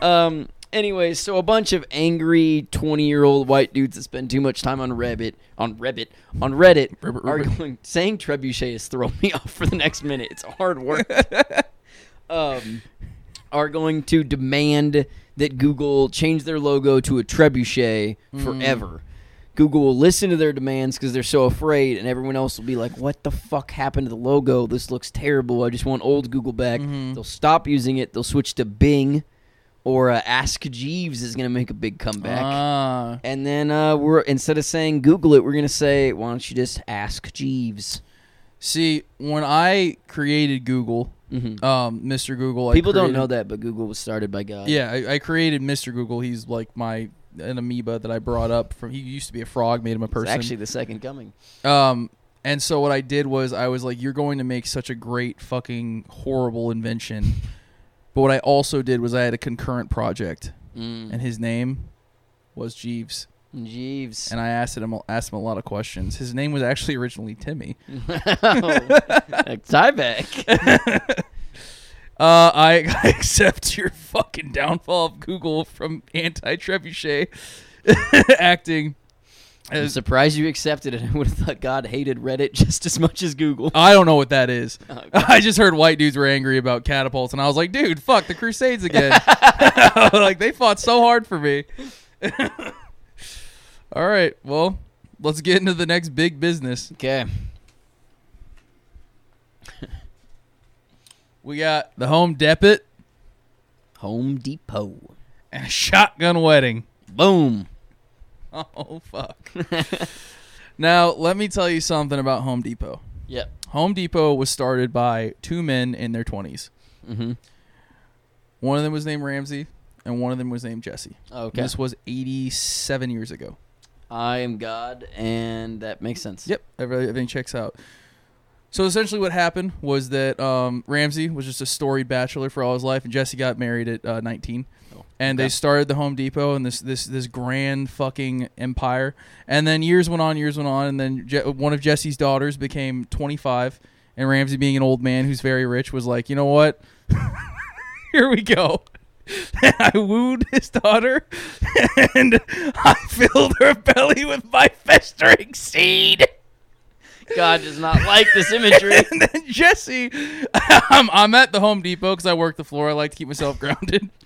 [SPEAKER 3] Um, anyways, so a bunch of angry 20 year old white dudes that spend too much time on Reddit, on Reddit, on Reddit,
[SPEAKER 1] Rebbit,
[SPEAKER 3] are
[SPEAKER 1] Rebbit.
[SPEAKER 3] going, saying trebuchet is throwing me [laughs] off for the next minute. It's hard work. um, are going to demand that Google change their logo to a trebuchet
[SPEAKER 1] Hmm.
[SPEAKER 3] forever. Google will listen to their demands because they're so afraid, and everyone else will be like, "What the fuck happened to the logo? This looks terrible. I just want old Google back."
[SPEAKER 1] Mm-hmm.
[SPEAKER 3] They'll stop using it. They'll switch to Bing, or uh, Ask Jeeves is going to make a big comeback.
[SPEAKER 1] Ah.
[SPEAKER 3] and then uh, we're instead of saying Google it, we're going to say, "Why don't you just ask Jeeves?"
[SPEAKER 1] see, when I created Google,
[SPEAKER 3] Mhm.
[SPEAKER 1] um, Mr. Google, I
[SPEAKER 3] People don't
[SPEAKER 1] created-
[SPEAKER 3] know that, but Google was started by God.
[SPEAKER 1] Yeah, I, I created Mr. Google. He's like my an amoeba that I brought up from. He used to be a frog, made him a
[SPEAKER 3] It's
[SPEAKER 1] person.
[SPEAKER 3] actually the second coming.
[SPEAKER 1] Um, and so what I did was I was like, "You're going to make such a great fucking horrible invention." But what I also did was I had a concurrent project,
[SPEAKER 3] Mm.
[SPEAKER 1] and his name was Jeeves.
[SPEAKER 3] Jeeves.
[SPEAKER 1] And I asked him asked him a lot of questions. His name was actually originally Timmy.
[SPEAKER 3] [laughs] Tyvek.
[SPEAKER 1] Uh, I, [laughs] I accept your fucking downfall of Google from anti trebuchet [laughs] acting.
[SPEAKER 3] I'm
[SPEAKER 1] As,
[SPEAKER 3] surprised you accepted it. [laughs] I would have thought God hated Reddit [laughs] just as much as Google.
[SPEAKER 1] I don't know what that is. [laughs]
[SPEAKER 3] Okay.
[SPEAKER 1] I just heard white dudes were angry about catapults, and I was like, dude, fuck the Crusades again. [laughs] like they fought so hard for me. [laughs] All right, well, let's get into the next big business.
[SPEAKER 3] [laughs] Okay.
[SPEAKER 1] We got the Home Depot
[SPEAKER 3] Home Depot.
[SPEAKER 1] and a shotgun wedding.
[SPEAKER 3] Boom.
[SPEAKER 1] [laughs] Oh fuck. now let me tell you something about Home Depot.
[SPEAKER 3] Yep.
[SPEAKER 1] Home Depot was started by two men in their 20s.
[SPEAKER 3] Mm-hmm.
[SPEAKER 1] One of them was named Ramsey, and one of them was named Jesse.
[SPEAKER 3] Okay.
[SPEAKER 1] This was 87 years ago.
[SPEAKER 3] I am God, and that makes sense.
[SPEAKER 1] Yep, every- everything checks out. So essentially, what happened was that um, Ramsey was just a storied bachelor for all his life, and Jesse got married at uh, 19.
[SPEAKER 3] Oh,
[SPEAKER 1] and
[SPEAKER 3] okay.
[SPEAKER 1] they started the Home Depot and this this this grand fucking empire. And then years went on, years went on, and then Je- one of Jesse's daughters became 25, and Ramsey, being an old man who's very rich, was like, you know what? [laughs] Here we go. [laughs] I wooed his daughter, [laughs] and I filled her belly with my festering seed.
[SPEAKER 3] God does not like this imagery.
[SPEAKER 1] [laughs]
[SPEAKER 3] [laughs]
[SPEAKER 1] And then Jesse, [laughs] I'm, I'm at the Home Depot because I work the floor. I like to keep myself grounded. [laughs]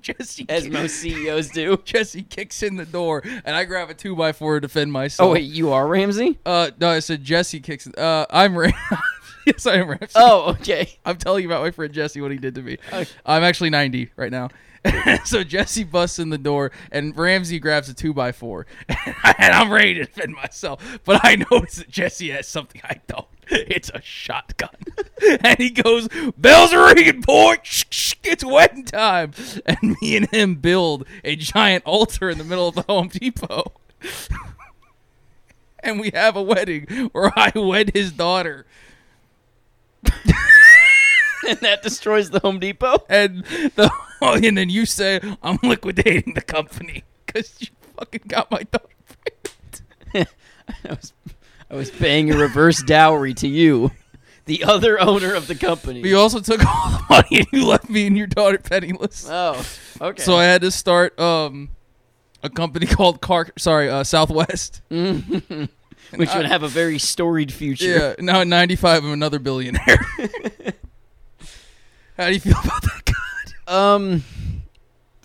[SPEAKER 1] Jesse,
[SPEAKER 3] as most CEOs do.
[SPEAKER 1] Jesse kicks in the door, and I grab a two by four to defend
[SPEAKER 3] [laughs]
[SPEAKER 1] myself.
[SPEAKER 3] Oh, wait, you are Ramsey?
[SPEAKER 1] Uh, no, I said Jesse kicks. Uh, I'm Ram. [laughs] yes, I am Ram.
[SPEAKER 3] Oh, okay. [laughs]
[SPEAKER 1] [laughs] I'm telling you about my friend Jesse what he did to me.
[SPEAKER 3] Okay.
[SPEAKER 1] I'm actually 90 right now. [laughs] so Jesse busts in the door, and Ramsey grabs a two by four, [laughs] and I'm ready to defend myself. But I [laughs] notice that Jesse has something I don't. It's a shotgun, [laughs] and he goes, "Bells are ringing, boy! [laughs] Shh, shh, It's wedding time!" And me and him build a giant altar in the middle of the Home Depot. [laughs] And we have a wedding where I wed his daughter.
[SPEAKER 3] And that destroys the Home Depot?
[SPEAKER 1] and the [laughs] and then you say I'm liquidating the company because you fucking got my daughter pregnant.
[SPEAKER 3] [laughs] I was, I was paying a reverse dowry to you, the other owner of the company.
[SPEAKER 1] But you also took all the money and you left me and your daughter penniless.
[SPEAKER 3] Oh, okay.
[SPEAKER 1] So I had to [laughs]
[SPEAKER 3] Mm.
[SPEAKER 1] start um a company called Car. Sorry, uh, Southwest.
[SPEAKER 3] Mhm. which would have a very storied future.
[SPEAKER 1] Yeah, now at 95, I'm
[SPEAKER 3] [laughs]
[SPEAKER 1] another billionaire. How do you feel about that?
[SPEAKER 3] Um,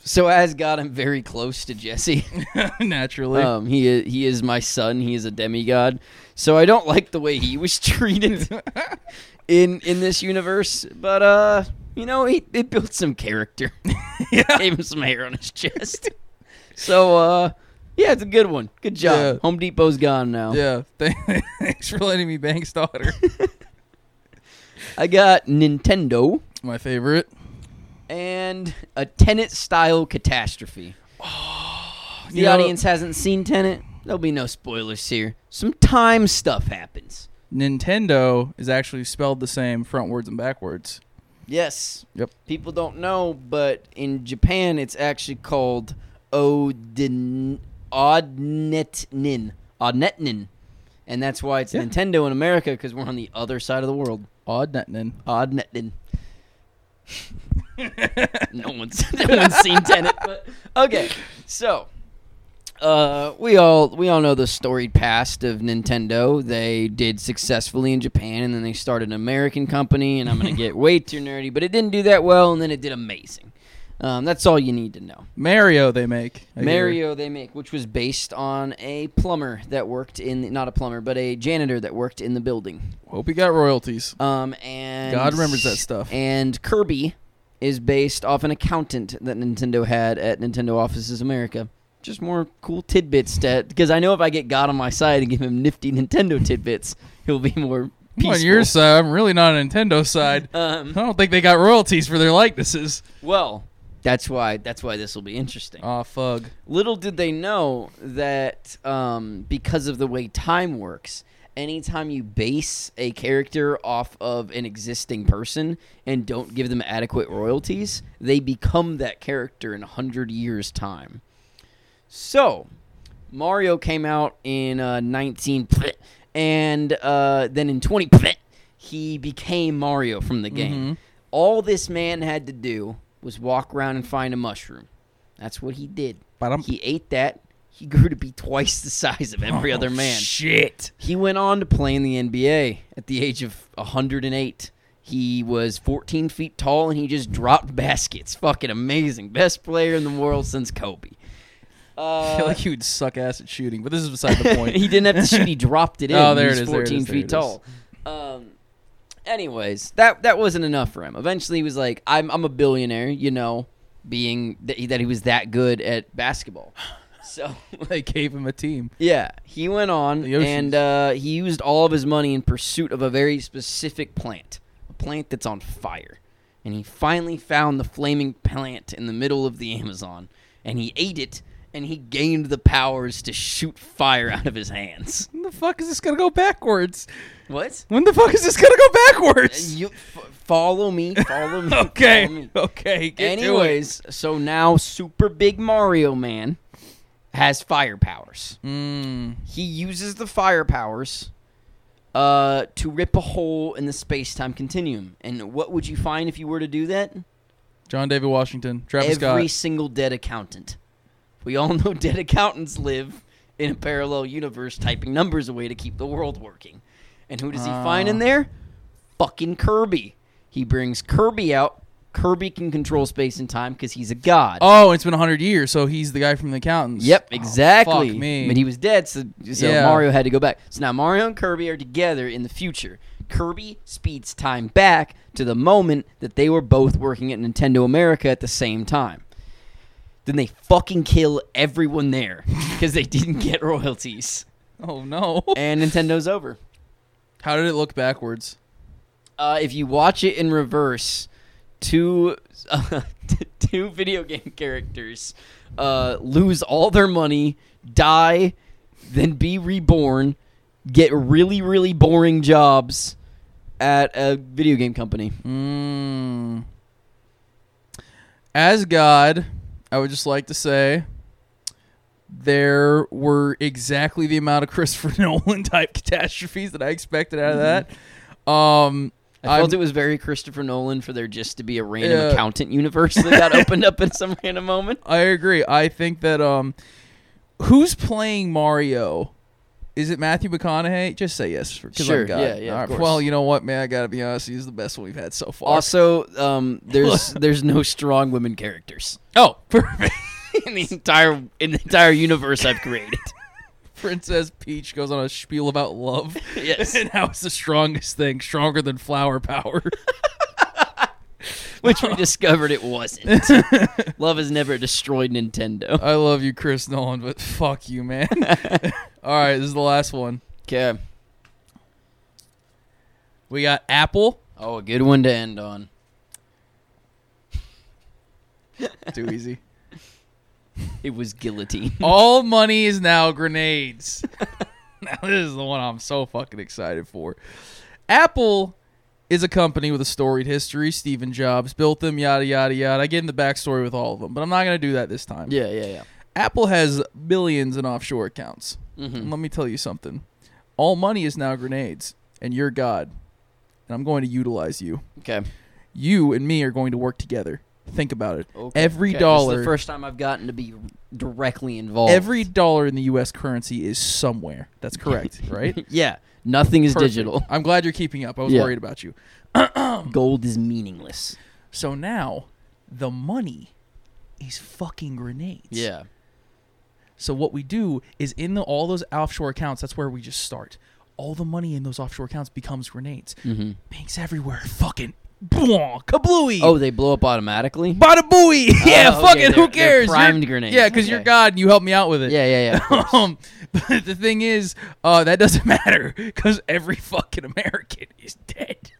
[SPEAKER 3] so as God, I'm very close to [laughs] Jesse.
[SPEAKER 1] [laughs] Naturally.
[SPEAKER 3] Um, he is, he is my son. He is a demigod. So I don't like the way he was [laughs] treated in in this universe. But uh, you know, he it built some character. [laughs]
[SPEAKER 1] yeah.
[SPEAKER 3] Gave him some hair on his [laughs] chest. so uh, yeah, it's a good one. Good job.
[SPEAKER 1] Yeah.
[SPEAKER 3] Home Depot's gone now.
[SPEAKER 1] Yeah. [laughs] Thank- Thanks for letting me Bank's
[SPEAKER 3] [laughs]
[SPEAKER 1] daughter.
[SPEAKER 3] I got Nintendo
[SPEAKER 1] My favorite.
[SPEAKER 3] and a Tenant style catastrophe. the Oh,
[SPEAKER 1] You know,
[SPEAKER 3] audience hasn't seen Tenant. There'll be no spoilers here. Some time stuff happens.
[SPEAKER 1] Nintendo is actually spelled the same frontwards and backwards.
[SPEAKER 3] Yes.
[SPEAKER 1] Yep.
[SPEAKER 3] People don't know, but in Japan, it's actually called Odin Odnetnin. Odnetnin. And that's why it's
[SPEAKER 1] Yeah.
[SPEAKER 3] Nintendo in America because we're on the other side of the world.
[SPEAKER 1] Odd Netnin.
[SPEAKER 3] Odnetnin. no one's [laughs] no one's seen Tenet, but okay. So, uh, we all we all know the storied past of Nintendo. They did successfully in Japan, and then they started an American company. And I'm gonna get way too nerdy, but it didn't do that well, and then it did amazing. Um, that's all you need to know.
[SPEAKER 1] [laughs] Mario they make. I hear.
[SPEAKER 3] Mario they make, which was based on a plumber that worked in not a plumber, but a janitor that worked in the building.
[SPEAKER 1] Hope he got royalties.
[SPEAKER 3] Um, and
[SPEAKER 1] God remembers that stuff.
[SPEAKER 3] And Kirby is based off an accountant that Nintendo had at Nintendo Offices America. Just more cool tidbits that because I know if I get God on my side and give him nifty Nintendo tidbits, he'll be more
[SPEAKER 1] I'm
[SPEAKER 3] peaceful.
[SPEAKER 1] on your side, I'm really not on Nintendo's side.
[SPEAKER 3] [laughs]
[SPEAKER 1] I
[SPEAKER 3] Um,
[SPEAKER 1] don't think they got royalties for their likenesses.
[SPEAKER 3] well, that's why that's why this will be interesting.
[SPEAKER 1] Aw, fug.
[SPEAKER 3] Little did they know that um, because of the way time works, anytime you base a character off of an existing person and don't give them adequate royalties, they become that character in 100 years' time. So, Mario came out in uh, 19, and uh, then in 20, he became Mario from the game. All this man had to do was walk around and find a mushroom. That's what he did.
[SPEAKER 1] But I'm
[SPEAKER 3] He ate that. He grew to be twice the size of every
[SPEAKER 1] Oh,
[SPEAKER 3] other man.
[SPEAKER 1] Shit. [laughs]
[SPEAKER 3] He went on to play in the NBA at the age of 108. He was 14 feet tall and he just dropped [laughs] baskets. Fucking amazing. Best player in the world since Kobe.
[SPEAKER 1] I
[SPEAKER 3] Uh,
[SPEAKER 1] feel like he would suck ass at shooting, but this is beside the
[SPEAKER 3] [laughs]
[SPEAKER 1] point.
[SPEAKER 3] he didn't have to shoot. He dropped it in.
[SPEAKER 1] Oh, there
[SPEAKER 3] he was
[SPEAKER 1] it is, there it
[SPEAKER 3] 14
[SPEAKER 1] is, there
[SPEAKER 3] feet
[SPEAKER 1] it is.
[SPEAKER 3] tall. Um, anyways, that that wasn't enough for him. Eventually, he was like, "I'm I'm a billionaire," you know, being that he, that he was that good at basketball. So
[SPEAKER 1] [laughs] they gave him a team.
[SPEAKER 3] yeah, he went on
[SPEAKER 1] The oceans.
[SPEAKER 3] and uh, he used all of his money in pursuit of a very specific plant, a plant that's on fire. And he finally found the flaming plant in the middle of the Amazon, and he ate it, and he gained the powers to shoot fire out of his hands.
[SPEAKER 1] When the fuck is this gonna go backwards?
[SPEAKER 3] What?
[SPEAKER 1] When the fuck is this gonna go backwards?
[SPEAKER 3] Uh, You f- follow me, follow me.
[SPEAKER 1] [laughs] Okay.
[SPEAKER 3] follow me.
[SPEAKER 1] Okay. Get to it.
[SPEAKER 3] Anyways, so now Super Big Mario Man has fire powers.
[SPEAKER 1] Mm.
[SPEAKER 3] he uses the fire powers uh, to rip a hole in the space-time continuum. And what would you find if you were to do that?
[SPEAKER 1] John David Washington, Travis
[SPEAKER 3] Every
[SPEAKER 1] Scott.
[SPEAKER 3] single dead accountant. We all [laughs] know dead accountants live in a parallel universe, typing numbers away to keep the world working. And who does he find in
[SPEAKER 1] Ah.
[SPEAKER 3] there? Fucking Kirby. He brings Kirby out. Kirby can control space and time because he's a god.
[SPEAKER 1] Oh, it's been hundred years, so he's the guy from the accountants.
[SPEAKER 3] Yep,
[SPEAKER 1] Oh,
[SPEAKER 3] exactly.
[SPEAKER 1] fuck me.
[SPEAKER 3] But he was dead, so, so
[SPEAKER 1] Yeah.
[SPEAKER 3] Mario had to go back. So now Mario and Kirby are together in the future. Kirby speeds time back to the moment that they were both working at Nintendo America at the same time. Then they fucking kill everyone there because they didn't get [laughs] royalties.
[SPEAKER 1] [laughs] oh no.
[SPEAKER 3] And Nintendo's over.
[SPEAKER 1] How did it look backwards?
[SPEAKER 3] Uh, if you watch it in reverse, two uh, [laughs] two video game characters uh, lose all their money, die, then be reborn, get really really boring jobs at a video game company.
[SPEAKER 1] Mm. As God, I would just like to say there were exactly the amount of Christopher [laughs] Nolan type catastrophes that I expected out of that. Um,
[SPEAKER 3] Mm-hmm. I felt
[SPEAKER 1] I'm-
[SPEAKER 3] it was very Christopher Nolan for there just to be a random
[SPEAKER 1] Yeah.
[SPEAKER 3] accountant universe that got opened up in some random moment.
[SPEAKER 1] I agree. I think that um, who's playing Mario Is it Matthew McConaughey? Just say yes, because
[SPEAKER 3] Sure,
[SPEAKER 1] I'm God.
[SPEAKER 3] yeah, yeah,
[SPEAKER 1] All
[SPEAKER 3] of
[SPEAKER 1] right,
[SPEAKER 3] course.
[SPEAKER 1] Well, you know what, man? I gotta be honest. He's the best one we've had so far.
[SPEAKER 3] [laughs] Also, um, there's [laughs] there's no strong women characters
[SPEAKER 1] Oh, [laughs] perfect.
[SPEAKER 3] in the entire in the entire universe I've created.
[SPEAKER 1] Princess Peach goes on a spiel about love.
[SPEAKER 3] [laughs]
[SPEAKER 1] [laughs]
[SPEAKER 3] [laughs] Yes.
[SPEAKER 1] and how it's the strongest thing, stronger than flower power.
[SPEAKER 3] [laughs] which we discovered it wasn't. [laughs] Love has never destroyed Nintendo.
[SPEAKER 1] [laughs] I love you, Chris Nolan, but fuck you, man. [laughs] All right, this is the last one.
[SPEAKER 3] Okay.
[SPEAKER 1] We got Apple.
[SPEAKER 3] Oh, a good one to end on.
[SPEAKER 1] Too easy.
[SPEAKER 3] It was guillotine.
[SPEAKER 1] All money is now grenades. [laughs] now this is the one I'm so fucking excited for. Apple is a company with a storied history. Steven Jobs built them, yada yada yada. I get in the backstory with all of them, but I'm not gonna do that this time.
[SPEAKER 3] [laughs] Yeah, yeah,
[SPEAKER 1] Apple has billions in offshore accounts.
[SPEAKER 3] yeah. hmm
[SPEAKER 1] And let me tell you something. All money is now grenades, and you're God. And I'm going to utilize you.
[SPEAKER 3] Okay.
[SPEAKER 1] You and me are going to work together. Think about it.
[SPEAKER 3] okay.
[SPEAKER 1] Every
[SPEAKER 3] okay. This
[SPEAKER 1] dollar-
[SPEAKER 3] is the first time I've gotten to be directly involved. [laughs]
[SPEAKER 1] Every dollar in the US currency is somewhere. That's correct, right?
[SPEAKER 3] yeah. Nothing is [laughs]
[SPEAKER 1] Perfect.
[SPEAKER 3] digital.
[SPEAKER 1] I'm glad you're keeping up. I was
[SPEAKER 3] Yeah.
[SPEAKER 1] worried about you.
[SPEAKER 3] Gold is meaningless.
[SPEAKER 1] So now the money is fucking grenades.
[SPEAKER 3] Yeah.
[SPEAKER 1] So what we do is in the, all those offshore accounts, that's where we just start. All the money in those offshore accounts becomes grenades.
[SPEAKER 3] Mm-hmm.
[SPEAKER 1] Banks everywhere fucking boom, kablooey.
[SPEAKER 3] Oh, they blow up [laughs] automatically.
[SPEAKER 1] Bada booey. [laughs] yeah,
[SPEAKER 3] okay,
[SPEAKER 1] fucking.
[SPEAKER 3] they're-
[SPEAKER 1] Who
[SPEAKER 3] they're
[SPEAKER 1] cares? You're-
[SPEAKER 3] primed grenades.
[SPEAKER 1] Yeah, because you're
[SPEAKER 3] Okay.
[SPEAKER 1] God and you help me out with it.
[SPEAKER 3] Yeah, yeah, [laughs] yeah. of course.
[SPEAKER 1] Um, [laughs] but the thing is, uh, that doesn't [laughs] matter because every fucking American is dead.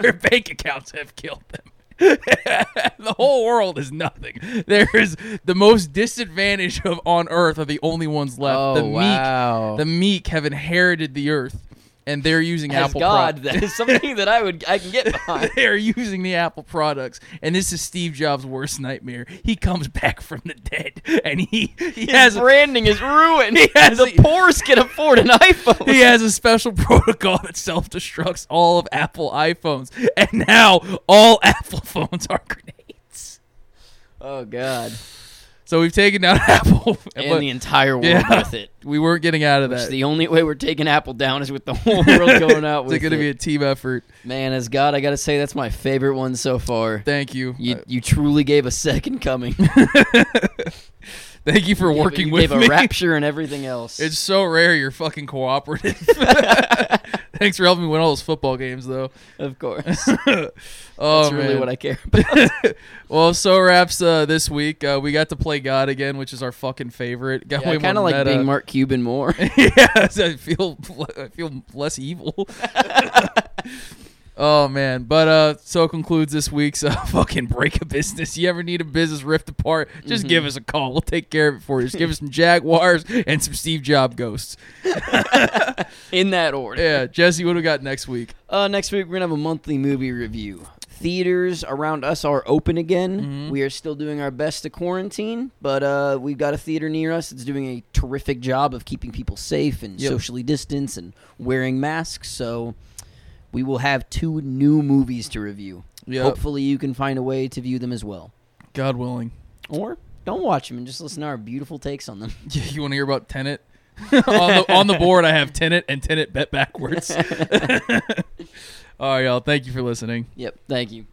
[SPEAKER 1] [laughs] Their bank accounts have killed them. [laughs] the whole world is nothing. There is the most disadvantaged of on Earth are the only ones left.
[SPEAKER 3] oh
[SPEAKER 1] the
[SPEAKER 3] wow.
[SPEAKER 1] meek, the meek have inherited the Earth, and they're using
[SPEAKER 3] As
[SPEAKER 1] Apple.
[SPEAKER 3] God,
[SPEAKER 1] pro- [laughs]
[SPEAKER 3] that is something that I would I can get [laughs] behind.
[SPEAKER 1] they are using the Apple products, and this is Steve Jobs' worst nightmare. He comes [laughs] back from the dead, and he he has a,
[SPEAKER 3] branding is ruined. [laughs]
[SPEAKER 1] has
[SPEAKER 3] the
[SPEAKER 1] a-
[SPEAKER 3] poorest can afford [laughs] an iPhone.
[SPEAKER 1] he has a special [laughs] protocol that self destructs all of Apple iPhones, and now all [laughs] Apple phones are grenades.
[SPEAKER 3] Oh God!
[SPEAKER 1] So we've taken down [laughs] Apple,
[SPEAKER 3] And
[SPEAKER 1] but
[SPEAKER 3] the entire world
[SPEAKER 1] Yeah.
[SPEAKER 3] with
[SPEAKER 1] [laughs]
[SPEAKER 3] it.
[SPEAKER 1] we weren't getting out of
[SPEAKER 3] Which
[SPEAKER 1] that.
[SPEAKER 3] the [laughs] only way we're taking Apple down is with the [laughs] whole world going out
[SPEAKER 1] [laughs] It's
[SPEAKER 3] with
[SPEAKER 1] going to be
[SPEAKER 3] it.
[SPEAKER 1] a team effort.
[SPEAKER 3] Man, as God, I gotta say that's my favorite one so far.
[SPEAKER 1] Thank you.
[SPEAKER 3] You
[SPEAKER 1] Uh,
[SPEAKER 3] you truly gave a second
[SPEAKER 1] [laughs]
[SPEAKER 3] coming.
[SPEAKER 1] thank you for working
[SPEAKER 3] you
[SPEAKER 1] with
[SPEAKER 3] gave
[SPEAKER 1] me.
[SPEAKER 3] a
[SPEAKER 1] [laughs]
[SPEAKER 3] rapture and everything else.
[SPEAKER 1] It's so rare you're fucking cooperative. [laughs] Thanks for helping me win all those football games, though.
[SPEAKER 3] [laughs]
[SPEAKER 1] [laughs]
[SPEAKER 3] of course. That's
[SPEAKER 1] Oh,
[SPEAKER 3] really
[SPEAKER 1] man.
[SPEAKER 3] what I care about.
[SPEAKER 1] well, so wraps uh, this week. Uh, we got to play God again, which is our fucking favorite. Got
[SPEAKER 3] Yeah, I
[SPEAKER 1] way
[SPEAKER 3] kind
[SPEAKER 1] more
[SPEAKER 3] of like
[SPEAKER 1] meta.
[SPEAKER 3] being Mark Cuban
[SPEAKER 1] [laughs]
[SPEAKER 3] more.
[SPEAKER 1] yeah, so I feel I feel less evil. [laughs] oh man, but uh, so concludes this week's uh, [laughs] fucking break a business. You ever need a business ripped apart? Just give us a call. We'll take care of it for you. Just give us some Jaguars and some Steve Job ghosts.
[SPEAKER 3] In that order.
[SPEAKER 1] Yeah, Jesse, what do we got next week?
[SPEAKER 3] Uh, next week we're gonna have a monthly movie review. Theaters around us are open again. We are still doing our best to quarantine, but uh, we've got a theater near us that's doing a terrific job of keeping people safe and
[SPEAKER 1] Yep.
[SPEAKER 3] socially distance and wearing masks. So we will have two new movies to review.
[SPEAKER 1] Yep.
[SPEAKER 3] Hopefully, you can find a way to view them as well,
[SPEAKER 1] God willing. [laughs]
[SPEAKER 3] or don't watch them and just listen to our beautiful takes on them.
[SPEAKER 1] Yeah, you want to hear about Tenet? [laughs] on, the, on the board, I have Tenet and [laughs] Tenet bet backwards. All right, y'all. Thank you for listening.
[SPEAKER 3] Yep. Thank you.